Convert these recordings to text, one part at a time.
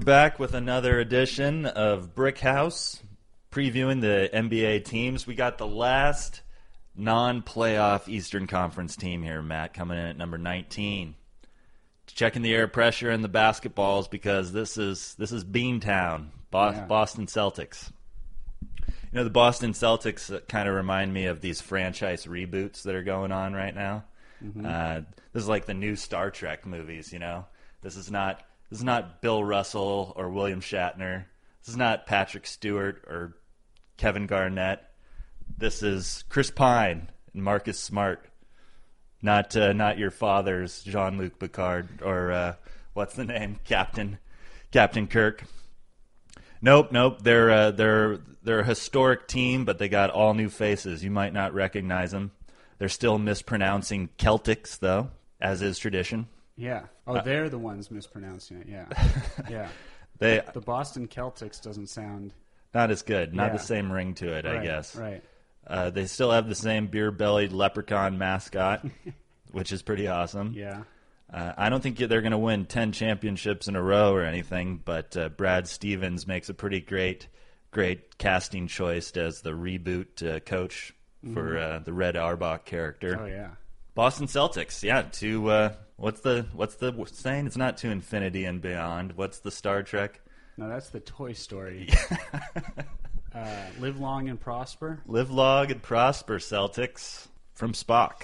back with another edition of Brick House, previewing the NBA teams. We got the last non-playoff Eastern Conference team here, Matt, coming in at number 19. Checking the air pressure and the basketballs because this is this is Beantown, Bo- Yeah. Boston Celtics. You know, the Boston Celtics kind of remind me of these franchise reboots that are going on right now. Uh, this is like the new Star Trek movies. You know, this is not this is not Bill Russell or William Shatner. This is not Patrick Stewart or Kevin Garnett. This is Chris Pine and Marcus Smart. Not uh, not your father's Jean Luc Picard or uh, what's the name Captain Captain Kirk. Nope, nope. They're uh, they're they're a historic team, but they got all new faces. You might not recognize them. They're still mispronouncing Celtics though, as is tradition. Yeah. Oh, Uh, they're the ones mispronouncing it. Yeah. yeah. They The Boston Celtics doesn't sound not as good, not Yeah. the same ring to it, right, I guess. Right. Uh, they still have the same beer-bellied leprechaun mascot, which is pretty awesome. Yeah. Uh, I don't think they're going to win 10 championships in a row or anything, but uh, Brad Stevens makes a pretty great, great casting choice as the reboot uh, coach for uh, the Red Arbach character. Oh yeah. Boston Celtics, yeah. To uh, what's the what's the saying? It's not to infinity and beyond. What's the Star Trek? No, that's the Toy Story. uh, live long and prosper. Live long and prosper, Celtics. From Spock.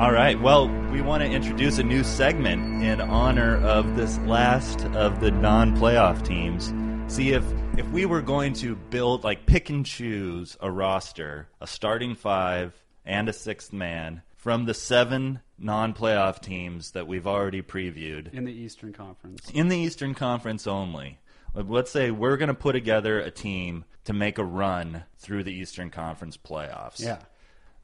All right. Well, we want to introduce a new segment in honor of this last of the non-playoff teams. See if if we were going to build like pick and choose a roster, a starting five and a sixth man from the seven non-playoff teams that we've already previewed in the Eastern Conference. in the Eastern Conference only. Like, Let's say we're going to put together a team to make a run through the Eastern Conference playoffs. Yeah.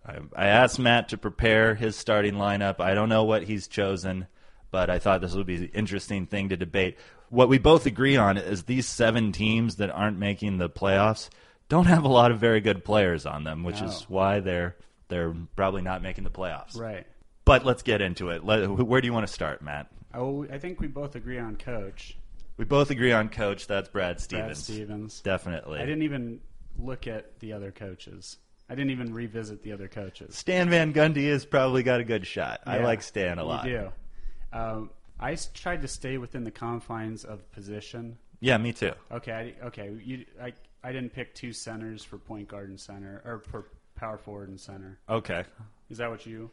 I, I asked Matt to prepare his starting lineup. I don't know what he's chosen, but I thought this would be an interesting thing to debate. What we both agree on is these seven teams that aren't making the playoffs don't have a lot of very good players on them, which is No. why they're they're probably not making the playoffs. Right. But let's get into it. Let, where do you want to start, Matt? Oh, I think we both agree on coach We both agree on coach. That's Brad Stevens. Brad Stevens. Definitely. I didn't even look at the other coaches. I didn't even revisit the other coaches. Stan Van Gundy has probably got a good shot. I Yeah, like Stan a lot. You do. Um, I s- tried to stay within the confines of position. Yeah, me too. Okay, I, okay. You, I, I didn't pick two centers for point guard and center, or for power forward and center. Okay. Is that what you?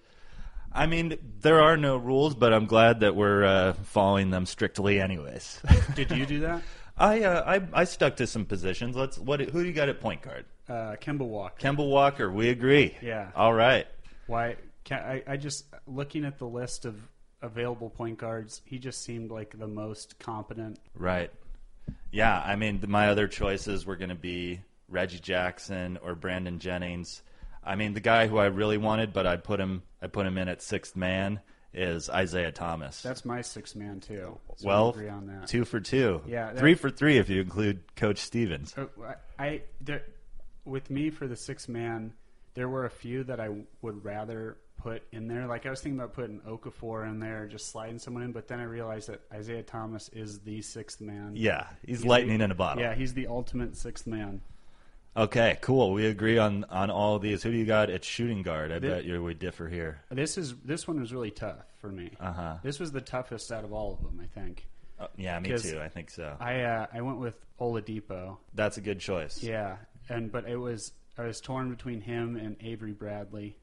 I mean, there are no rules, but I'm glad that we're uh, following them strictly, anyways. Did you do that? I, uh, I I stuck to some positions. Let's what who do you got at point guard? Uh, Kemba Walker. Kemba Walker. We agree. Yeah. All right. Why? Can, I, I just looking at the list of available point guards, he just seemed like the most competent. Right. Yeah, I mean, th- my other choices were going to be Reggie Jackson or Brandon Jennings. I mean, the guy who I really wanted, but I put him, I put him in at sixth man is Isaiah Thomas. That's my six man too. So we well, agree on that. two for two, Yeah, that- Oh. three for three if you include Coach Stevens. So I, Uh, I there, with me for the six man, there were a few that I would rather put in there. Like I was thinking about putting Okafor in there, just sliding someone in, but then I realized that Isaiah Thomas is the sixth man. Yeah, he's, He's lightning the- in a bottle. Yeah, he's the ultimate sixth man. Okay, cool. We agree on on all of these. Who do you got at shooting guard? I bet you we differ here. This is this one was really tough for me. Uh-huh. This was the toughest out of all of them, I think. Uh, yeah, me 'Cause too. I think so. I uh, I went with Oladipo. That's a good choice. Yeah, and but it was I was torn between him and Avery Bradley.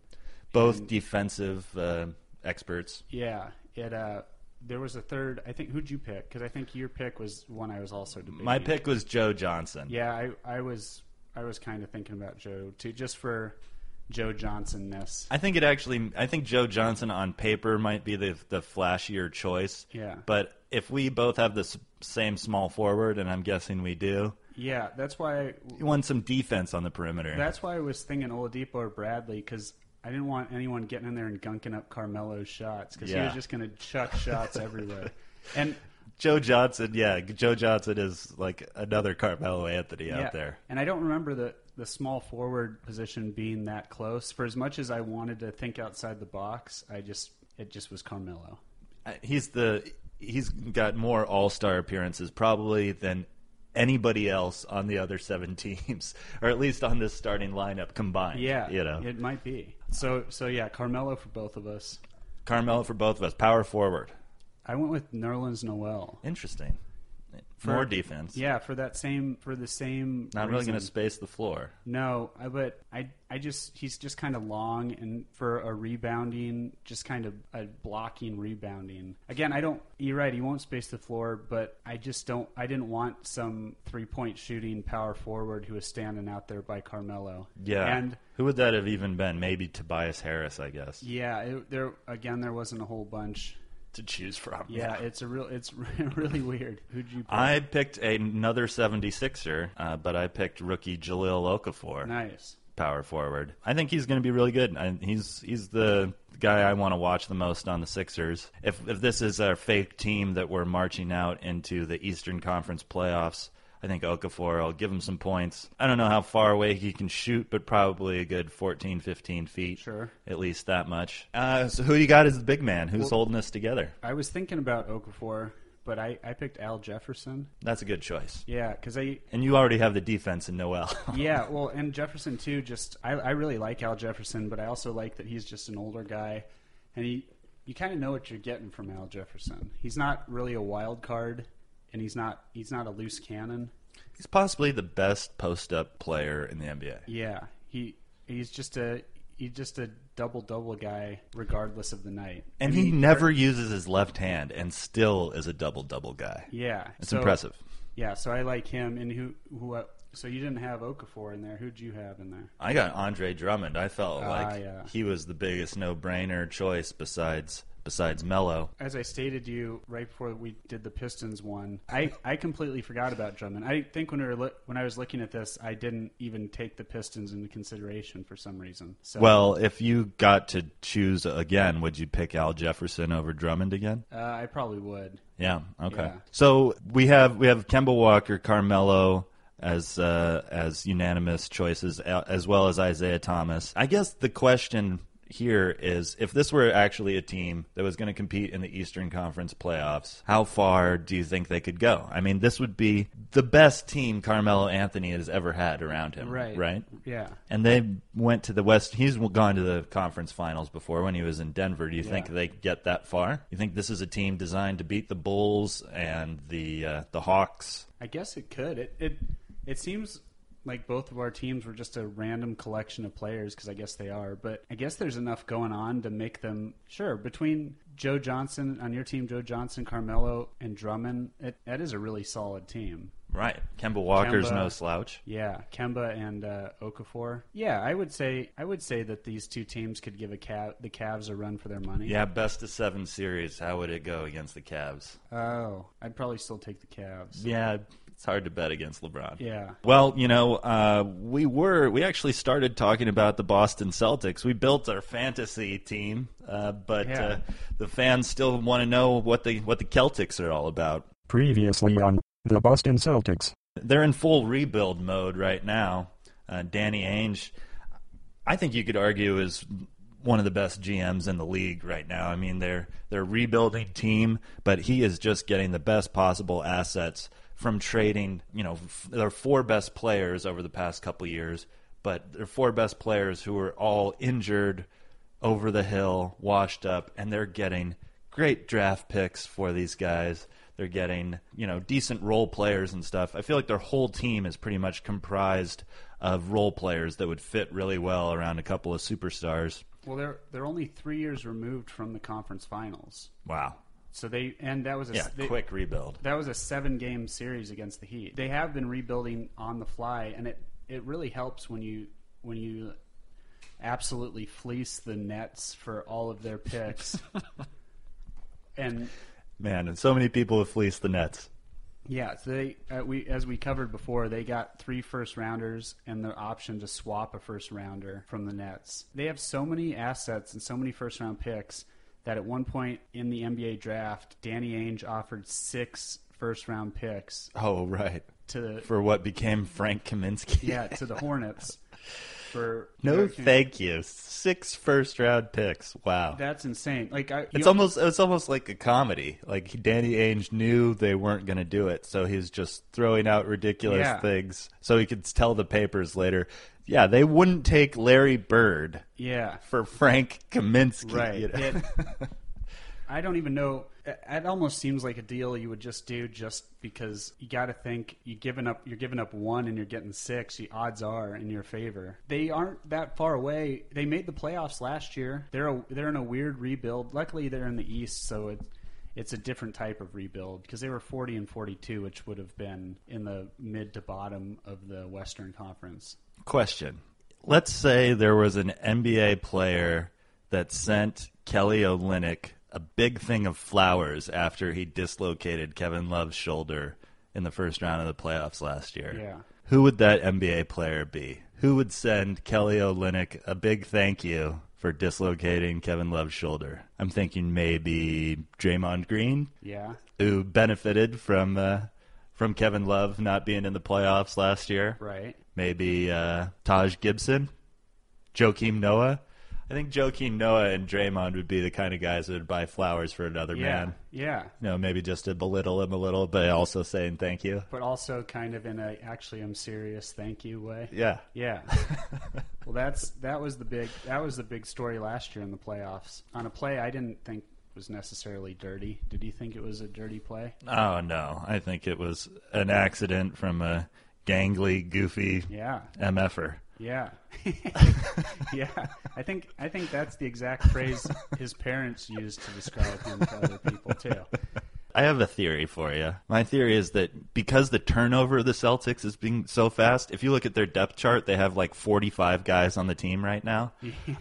Both defensive uh, experts. Yeah, it uh, there was a third. I think who'd you pick? Because I think your pick was one I was also debating. My pick was Joe Johnson. Yeah, I I was I was kind of thinking about Joe too, just for Joe Johnson ness. I think it actually. I think Joe Johnson on paper might be the the flashier choice. Yeah. But if we both have the s- same small forward, and I'm guessing we do, Yeah, that's why you want some defense on the perimeter. that's why I was thinking Oladipo or Bradley because. I didn't want anyone getting in there and gunking up Carmelo's shots because he Yeah. was just going to chuck shots everywhere. And Joe Johnson, yeah, Joe Johnson is like another Carmelo Anthony out there. And I don't remember the the small forward position being that close. For as much as I wanted to think outside the box, I just it just was Carmelo. Uh, He's the he's got more All Star appearances probably than anybody else on the other seven teams, or at least on this starting lineup combined. Yeah, you know, it might be. So so yeah, Carmelo for both of us. Carmelo for both of us, power forward. I went with Nerlens Noel. Interesting. For- More defense. Yeah, for that same for the same. Not really going to reason. space the floor. No, I, but I, I just he's just kind of long and for a rebounding, just kind of a blocking rebounding. Again, I don't. You're right. He won't space the floor, but I just don't. I didn't want some three point shooting power forward who was standing out there by Carmelo. Yeah. and Who would that have even been? Maybe Tobias Harris, I guess, yeah, it, there again, there wasn't a whole bunch. to choose from. Yeah, it's a real. It's really weird. Who'd you? Pick? I picked another 76er, uh, but I picked rookie Jaleel Okafor, nice. power forward. I think he's going to be really good. I, he's he's the guy I want to watch the most on the Sixers. If if this is our fake team that we're marching out into the Eastern Conference playoffs, I think Okafor will give him some points. I don't know how far away he can shoot, but probably a good 14, 15 feet. Sure. At least that much. Uh, so who you got as the big man? Who's holding us together? I was thinking about Okafor, but I, I picked Al Jefferson. That's a good choice. Yeah, because I And you already have the defense in Noel. yeah, well, and Jefferson too. Just I, I really like Al Jefferson, but I also like that he's just an older guy, and he you kind of know what you're getting from Al Jefferson. He's not really a wild card, and he's not he's not a loose cannon. He's possibly the best post up player in the NBA. Yeah, he he's just a he's just a double double guy regardless of the night. And I he mean, never uses his left hand and still is a double double guy. Yeah, It's so- impressive. Yeah, so I like him. And who who? Uh, so you didn't have Okafor in there. Who'd you have in there? I got Andre Drummond. I felt Ah, like yeah. he was the biggest no brainer choice besides besides Mello. as I stated to you right before we did the Pistons one, I, I completely forgot about Drummond. I think when we were loo- when I was looking at this, I didn't even take the Pistons into consideration for some reason. So, Well, if you got to choose again, would you pick Al Jefferson over Drummond again? uh, I probably would. Yeah. Okay. Yeah. So we have we have Kemba Walker, Carmelo as uh, as unanimous choices, a- as well as Isaiah Thomas. I guess the question here is if this were actually a team that was going to compete in the Eastern Conference playoffs, how far do you think they could go? I mean, this would be the best team Carmelo Anthony has ever had around him, Right? Yeah. And they went to the West. He's gone to the conference finals before when he was in Denver. Do you think Yeah. they get that far? You think this is a team designed to beat the Bulls and the uh, the Hawks? I guess it could. It it it seems like both of our teams were just a random collection of players because I guess they are. But I guess there's enough going on to make them sure between Joe Johnson on your team, Joe Johnson, Carmelo, and Drummond. It, that is a really solid team. Right. Kemba Walker's Kemba. no slouch. Yeah, Kemba and uh, Okafor. Yeah, I would say I would say that these two teams could give a Cav- the Cavs a run for their money. Yeah, best of seven series. How would it go against the Cavs? Oh, I'd probably still take the Cavs. Yeah, it's hard to bet against LeBron. Yeah. Well, you know, uh, we were we actually started talking about the Boston Celtics. We built our fantasy team, uh, but Yeah. uh, the fans still want to know what the what the Celtics are all about. Previously on the Boston Celtics. They're in full rebuild mode right now. Uh, Danny Ainge, I think you could argue, is one of the best GMs in the league right now. I mean, they're they're rebuilding team, but he is just getting the best possible assets from trading. You know, f- their four best players over the past couple years, but their four best players who are all injured, over the hill, washed up, and they're getting great draft picks for these guys. They're getting, you know, decent role players and stuff. I feel like their whole team is pretty much comprised of role players that would fit really well around a couple of superstars. Well, they're they're only three years removed from the conference finals, Wow. so they and that was a Yeah, they- quick rebuild. That was a seven game series against the Heat. They have been rebuilding on the fly, and it, it really helps when you when you absolutely fleece the Nets for all of their picks. and Man, and so many people have fleeced the Nets. yeah, so they uh, we as we covered before, they got three first rounders and the option to swap a first rounder from the Nets. They have so many assets and so many first round picks that at one point in the NBA draft, Danny Ainge offered six first round picks Oh, right. to the For what became Frank Kaminsky. yeah, to the Hornets. for No, Joachim. thank you. Six first round picks. Wow. That's insane. Like I, It's you- almost it's almost like a comedy. Like he- Danny Ainge knew they weren't going to do it, so he's just throwing out ridiculous Yeah. things so he could tell the papers later. Yeah, they wouldn't take Larry Bird yeah. for Frank Kaminsky. Right. you know? It- I don't even know. It it almost seems like a deal you would just do just because you got to think you giving up. You're giving up one and you're getting six. The odds are in your favor. They aren't that far away. They made the playoffs last year. They're a, they're in a weird rebuild. Luckily, they're in the East, so it. It's a different type of rebuild because they were 40 and 42, which would have been in the mid to bottom of the Western Conference. Question. Let's say there was an NBA player that sent Kelly Olynyk a big thing of flowers after he dislocated Kevin Love's shoulder in the first round of the playoffs last year. Yeah. Who would that NBA player be? Who would send Kelly Olynyk a big thank you for dislocating Kevin Love's shoulder? I'm thinking maybe Draymond Green, Yeah. who benefited from uh, from Kevin Love not being in the playoffs last year Right. maybe uh, Taj Gibson, Joakim Noah. I think Joakim Noah and Draymond would be the kind of guys that would buy flowers for another man. Yeah. Yeah. You know, maybe just to belittle him a little, but also saying thank you. but also kind of in a actually I'm serious thank you way. Yeah. Yeah. well, that's that was the big that was the big story last year in the playoffs on a play I didn't think was necessarily dirty. Did you think it was a dirty play? Oh no, I think it was an accident from a gangly, goofy Yeah. mf'er. Yeah. yeah. I think I think that's the exact phrase his parents used to describe him to other people too. I have a theory for you. My theory is that because the turnover of the Celtics is being so fast, if you look at their depth chart, they have like 45 guys on the team right now.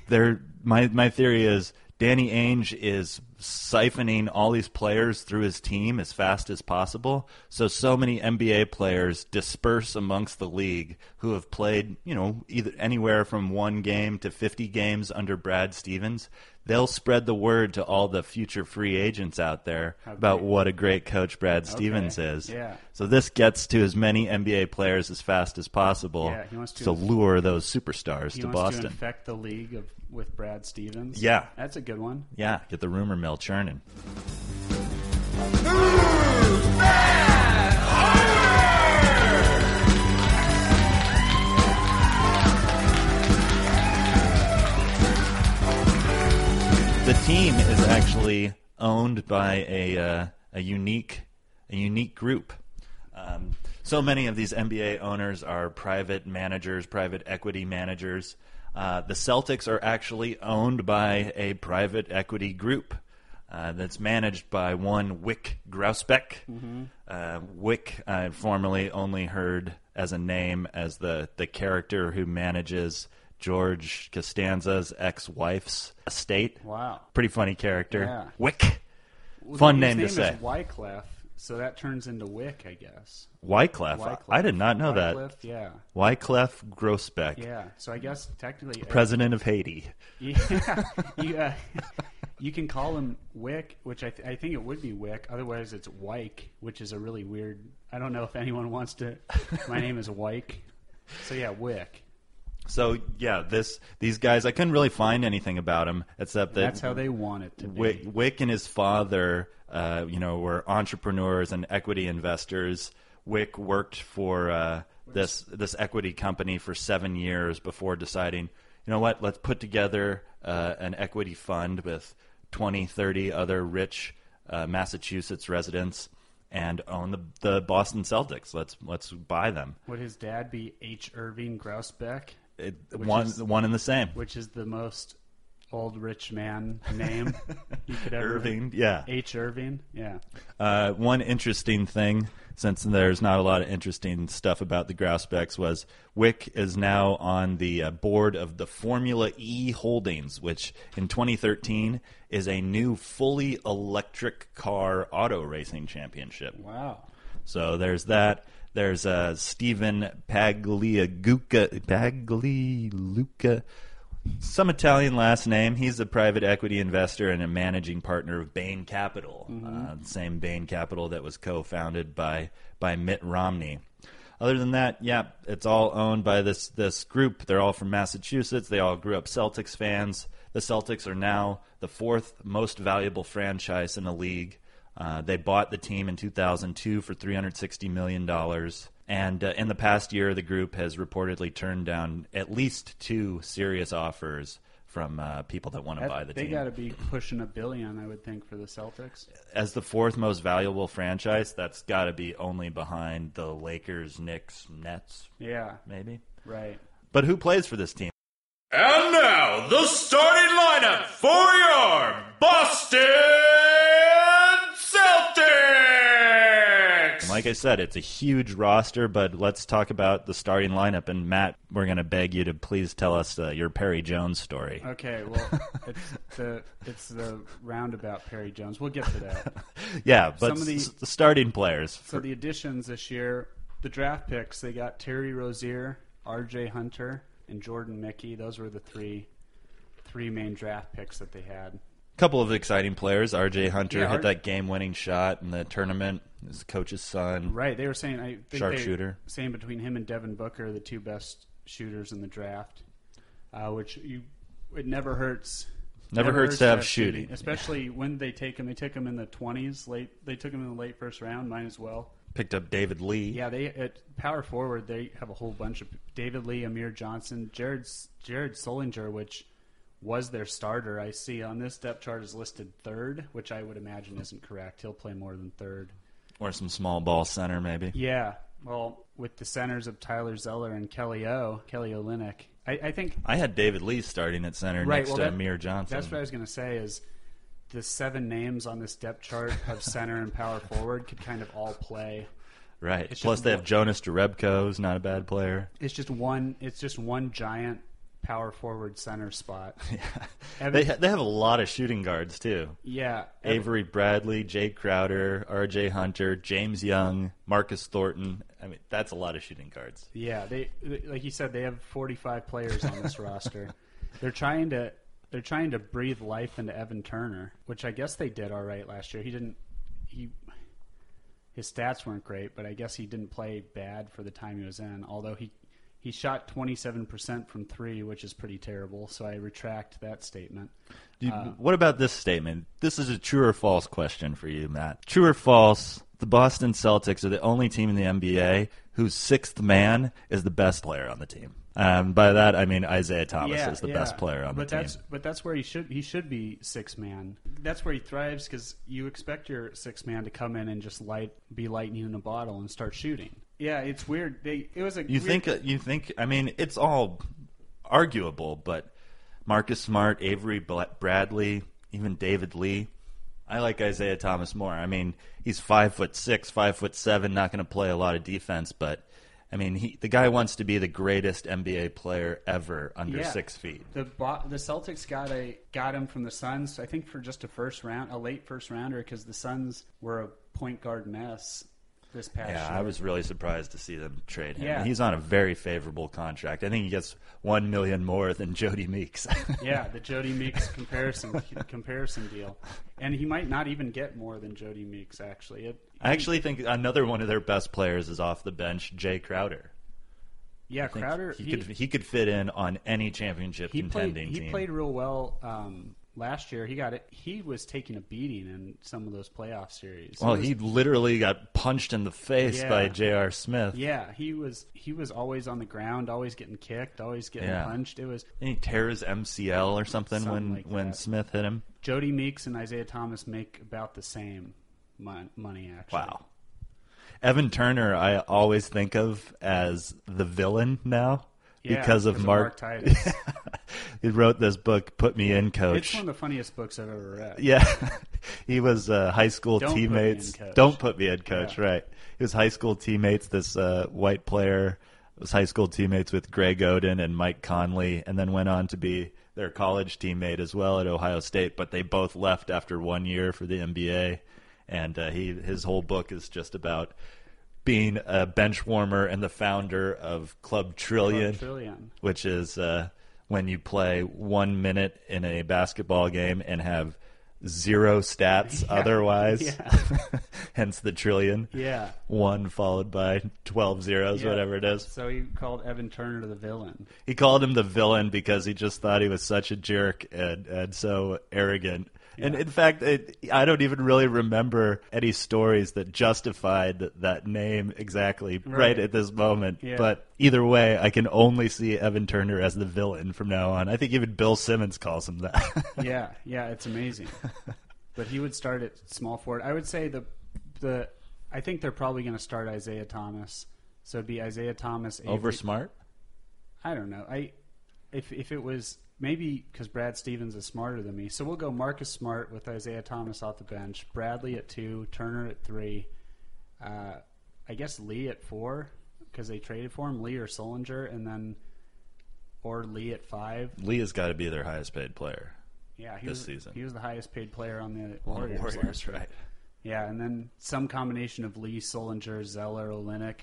They're, my my theory is Danny Ainge is siphoning all these players through his team as fast as possible. So so many NBA players disperse amongst the league who have played, you know, either anywhere from one game to 50 games under Brad Stevens. They'll spread the word to all the future free agents out there about great. what a great coach Brad Stevens is. Yeah. So this gets to as many NBA players as fast as possible Yeah, he wants to- to lure those superstars He to wants to Boston. infect the league of with Brad Stevens. Yeah. That's a good one. Yeah, get the rumor mill churning. The team is actually owned by a uh, a unique a unique group. Um, so many of these NBA owners are private managers, private equity managers. Uh, the Celtics are actually owned by a private equity group uh, that's managed by one Wick Grousebeck. Uh, Wick, I formerly only heard as a name as the, the character who manages George Costanza's ex wife's estate. Wow. Pretty funny character. Yeah. Wick. Well, Fun his name to is say. Wyclef, so that turns into Wick, I guess. Wyclef. Wyclef. I did not know that. Wyclef, yeah, Wyclef Grossbeck, yeah. So I guess technically, president of Haiti. yeah, you, uh, you can call him Wick, which I, th- I think it would be Wick. Otherwise, it's Wyke, which is a really weird. I don't know if anyone wants to. My name is Wyke, so yeah, Wick. So yeah, this these guys I couldn't really find anything about them except that That's how they want it to be. Wick, Wick and his father, uh, you know, were entrepreneurs and equity investors. Wick worked for uh, this this equity company for seven years before deciding, you know what, let's put together uh, an equity fund with 20, 30 other rich uh, Massachusetts residents and own the, the Boston Celtics. Let's let's buy them. Would his dad be H. Irving Grousebeck, It, Which one is- one and the same. which is the most old rich man name you could ever? Irving, yeah. H. Irving, yeah. Uh, one interesting thing, since there's not a lot of interesting stuff about the Grousebecks, was Wick is now on the uh, board of the Formula E Holdings, which in 2013 is a new fully electric car auto racing championship. Wow. So there's that. There's uh, Stephen Pagliaguca, Pagliuca, some Italian last name. He's a private equity investor and a managing partner of Bain Capital, uh, the same Bain Capital that was co-founded by by Mitt Romney. other than that, yeah, it's all owned by this this group. They're all from Massachusetts. They all grew up Celtics fans. The Celtics are now the fourth most valuable franchise in the league. Uh, they bought the team in 2002 for 360 million dollars. And uh, in the past year, the group has reportedly turned down at least two serious offers from uh, people that want to That- buy the they team. got to be pushing a billion, I would think, for the Celtics. As the fourth most valuable franchise, that's got to be only behind the Lakers, Knicks, Nets, Yeah, maybe. right. But who plays for this team? And now, the starting lineup for your Boston Celtics! Like I said, it's a huge roster, but let's talk about the starting lineup. And Matt, we're going to beg you to please tell us uh, your Perry Jones story. Okay, well, it's the it's the roundabout Perry Jones. We'll get to that. yeah, but some of the- s- the starting players. So the additions this year, the draft picks, they got Terry Rozier, R.J. Hunter, and Jordan Mickey. Those were the three three main draft picks that they had. couple of exciting players. R.J. Hunter Yeah, hit R- that game-winning shot in the tournament. His coach's son. Right, they were saying I think they- Sharpshooter. saying between him and Devin Booker, the two best shooters in the draft. Uh, which you, it never hurts. Never hurts to have shooting. especially when they take him. They took him in the twenties, late. They took him in the late first round. Might as well. Picked up David Lee. Yeah, they at power forward they have a whole bunch of David Lee, Amir Johnson, Jared Jared Solinger, which was their starter. I see on this depth chart is listed third, which I would imagine isn't correct. He'll play more than third. Or some small ball center, maybe. Yeah, well, with the centers of Tyler Zeller and Kelly O, Kelly Olynyk, I, I think I had David Lee starting at center right. next well, to that- Amir Johnson. That's what I was going to say. Is the seven names on this depth chart of center and power forward could kind of all play. Right. It's Plus, just- they have Jonas Derebko, who's not a bad player. It's just one. It's just one giant power forward center spot. Evan- They ha- they have a lot of shooting guards too. Yeah, Ev- Avery Bradley, Jake Crowder, R.J. Hunter, James Young, Marcus Thornton. I mean, that's a lot of shooting guards. yeah. They like you said, they have 45 players on this roster. They're trying to they're trying to breathe life into Evan Turner, which I guess they did all right last year. He didn't he his stats weren't great, but I guess he didn't play bad for the time he was in. Although he he shot 27% from three, which is pretty terrible. So I retract that statement. Do you- Uh, what about this statement? This is a true or false question for you, Matt. True or false? The Boston Celtics are the only team in the NBA whose sixth man is the best player on the team. Um, by that, I mean Isaiah Thomas is the best player on but the that's, team. But that's where he should he should be six man. That's where he thrives because you expect your six man to come in and just light be lightning in a bottle and start shooting. Yeah, it's weird. They it was a You think? uh, You think? I mean, it's all arguable, but Marcus Smart, Avery Bla- Bradley, even David Lee. I like Isaiah Thomas more. I mean, he's five foot six, five foot seven. Not going to play a lot of defense, but I mean, he, the guy wants to be the greatest NBA player ever under Yeah. six feet. The Bo- the Celtics got a got him from the Suns. I think for just a first round, a late first rounder because the Suns were a point guard mess this past Yeah, year. I was really surprised to see them trade him. Yeah. He's on a very favorable contract. I think he gets one million more than Jody Meeks. Yeah, the Jody Meeks comparison comparison deal, and he might not even get more than Jody Meeks. Actually, it, I actually think another one of their best players is off the bench, Jay Crowder. yeah, think Crowder he, could he could fit in on any championship he played contending he team. played real well um, last year. He got it. He was taking a beating in some of those playoff series. well, was- he literally got punched in the face Yeah. by J.R. Smith. yeah, he was he was always on the ground, always getting kicked, always getting Yeah. punched. It was And he tears MCL or something, Something when like when that. Smith hit him. Jody Meeks and Isaiah Thomas make about the same mon- money. Actually, Wow. Evan Turner, I always think of as the villain now Yeah, because of Mark. Titus. he wrote this book, "Put Me In, it's Coach." one of the funniest books I've ever read. Yeah. he was uh, high school Don't put me in, teammates. coach. Don't put me in coach, Yeah. right. He was high school teammates, this uh, white player was high school teammates with Greg Oden and Mike Conley, and then went on to be their college teammate as well at Ohio State, but they both left after one year for the NBA. And uh, he his whole book is just about being a bench warmer and the founder of Club Trillion Trillion. which is uh, when you play one minute in a basketball game and have zero stats Yeah. otherwise. Yeah. Hence the trillion. Yeah. One followed by 12 zeros, Yeah. whatever it is. So he called Evan Turner the villain. He called him the villain because he just thought he was such a jerk and, and so arrogant. And in fact, it, I don't even really remember any stories that justified that name exactly right, Right. at this moment. Yeah. But either way, I can only see Evan Turner as the villain from now on. I think even Bill Simmons calls him that. yeah, yeah, it's amazing. But he would start at small forward. I would say the the I think they're probably going to start Isaiah Thomas. So it'd be Isaiah Thomas Avery- Over smart? I don't know. I if if it was maybe because Brad Stevens is smarter than me, so we'll go Marcus Smart with Isaiah Thomas off the bench, Bradley at two, Turner at three, uh, I guess Lee at four because they traded for him, Lee or Solinger, and then or Lee at five. Lee has got to be their highest paid player. Yeah, he This was, season. he was the highest paid player on the On the Warriors. last Warriors, year. right. Yeah, and then some combination of Lee Solinger, Zeller, Olenek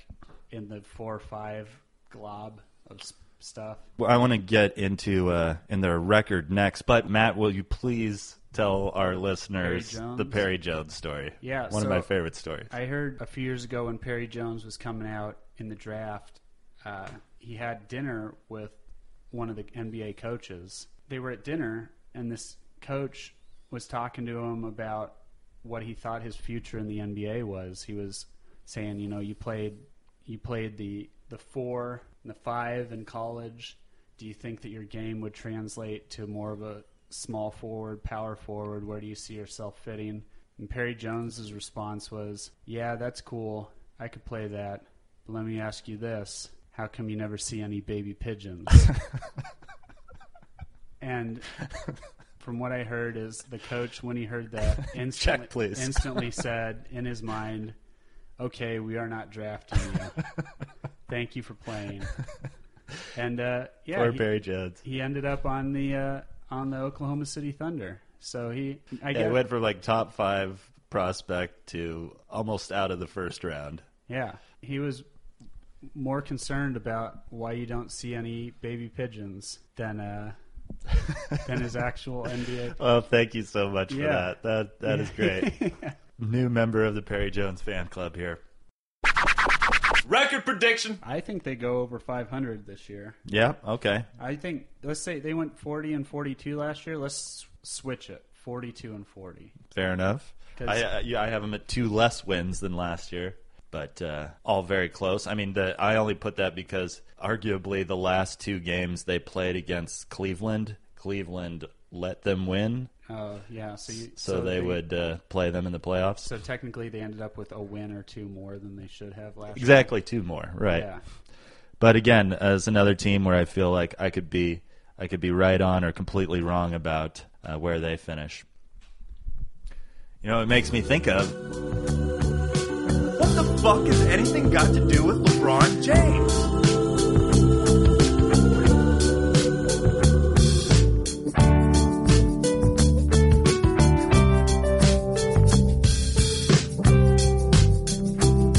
in the four or five glob of s- stuff. Well, I want to get into uh, in their record next, but Matt, will you please tell our listeners Perry Jones? the Perry Jones story? Yeah, one so- of my favorite stories. I heard a few years ago when Perry Jones was coming out in the draft, uh, he had dinner with one of the NBA coaches. They were at dinner, and this coach was talking to him about what he thought his future in the NBA was. He was saying, you know, you played, you played the the four and the five in college. Do you think that your game would translate to more of a small forward, power forward? Where do you see yourself fitting? And Perry Jones's response was, "Yeah, that's cool. I could play that. But let me ask you this: How come you never see any baby pigeons?" and from what I heard, is the coach when he heard that instantly, please. instantly said in his mind, "Okay, we are not drafting you. Thank you for playing." And uh, yeah, Poor he- Perry Jones. he ended up on the uh, on the Oklahoma City Thunder. So he, I Yeah, guess, he went from like top five prospect to almost out of the first round. yeah, he was more concerned about why you don't see any baby pigeons than uh, than his actual NBA. Well, thank you so much for Yeah. that. That Oh, that is great. New member of the Perry Jones fan club here. Record prediction. I think they go over 500 this year. Yeah. Okay. I think let's say they went 40 and 42 last year. Let's s- switch it 42 and 40. Fair enough. 'Cause- I, I, yeah, I have them at two less wins than last year, but uh, all very close. I mean, the, I only put that because arguably the last two games they played against Cleveland, Cleveland let them win, Oh yeah, so you, so, they, would uh, play them in the playoffs. So technically, they ended up with a win or two more than they should have last. year. exactly two more, right? Yeah. But again, as another team where I feel like I could be, I could be right on or completely wrong about uh, where they finish. You know, it makes me think of. What the fuck has anything got to do with LeBron James?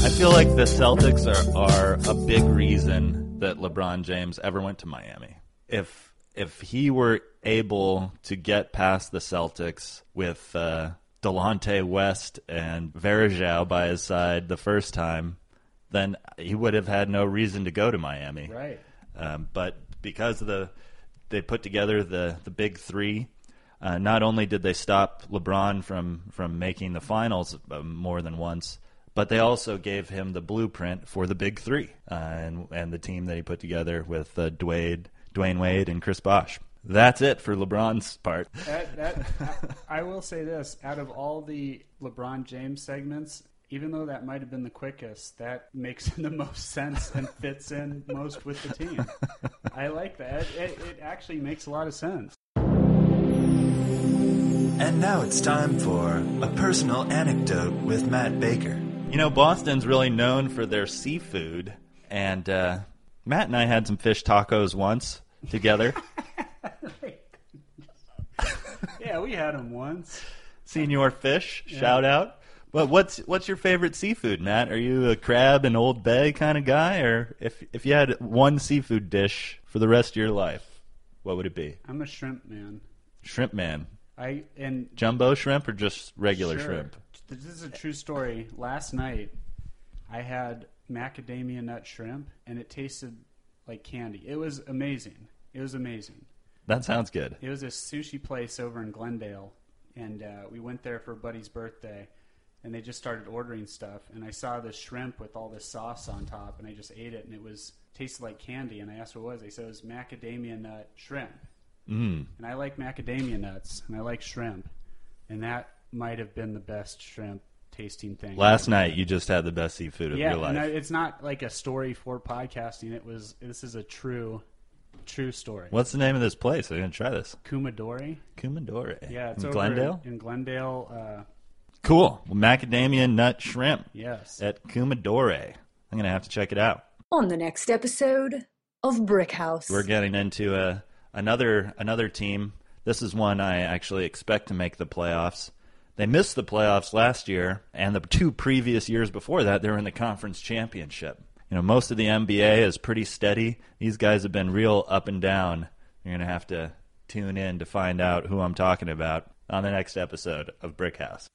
I feel like the Celtics are, are a big reason that LeBron James ever went to Miami. If if he were able to get past the Celtics with uh, Delonte West and Verajao by his side the first time, then he would have had no reason to go to Miami. Right. Um, but because of the they put together the the big three, uh, not only did they stop LeBron from from making the finals uh, more than once, but they also gave him the blueprint for the big three uh, and and the team that he put together with uh, Dwayne Dwayne Wade and Chris Bosh. That's it for LeBron's part. that, that I, I will say this: out of all the LeBron James segments, even though that might have been the quickest, that makes the most sense and fits in most with the team. I like that. It, it actually makes a lot of sense. And now it's time for a personal anecdote with Matt Baker. You know, Boston's really known for their seafood, and uh, Matt and I had some fish tacos once together. yeah, we had him once. Senior Fish, shout out. But what's what's your favorite seafood, Matt? Are you a crab and Old Bay kind of guy, or if if you had one seafood dish for the rest of your life, what would it be? I'm a shrimp man. Shrimp man. I and Jumbo shrimp or just regular Sure. shrimp? This is a true story. Last night, I had macadamia nut shrimp, and it tasted like candy. It was amazing. It was amazing. That sounds good. It was a sushi place over in Glendale, and uh, we went there for a buddy's birthday, and they just started ordering stuff. And I saw this shrimp with all this sauce on top, and I just ate it, and it was tasted like candy. And I asked what it was. They said it was macadamia nut shrimp. Mm. And I like macadamia nuts, and I like shrimp, and that might have been the best shrimp tasting thing. Last night you just had the best seafood of yeah, your life. and I, it's not like a story for podcasting. It was this is a true, true story. What's the name of this place? I'm gonna try this. Kumadori. Kumandore. Yeah, it's in over Glendale. in, in Glendale. Uh, Cool. Macadamia nut shrimp yes, at Kumadore. I'm gonna have to check it out. on the next episode of Brick House. We're getting into a, another another team. This is one I actually expect to make the playoffs. They missed the playoffs last year, and the two previous years before that, they were in the conference championship. You know, most of the NBA is pretty steady. These guys have been real up and down. You're gonna have to tune in to find out who I'm talking about on the next episode of Brick House.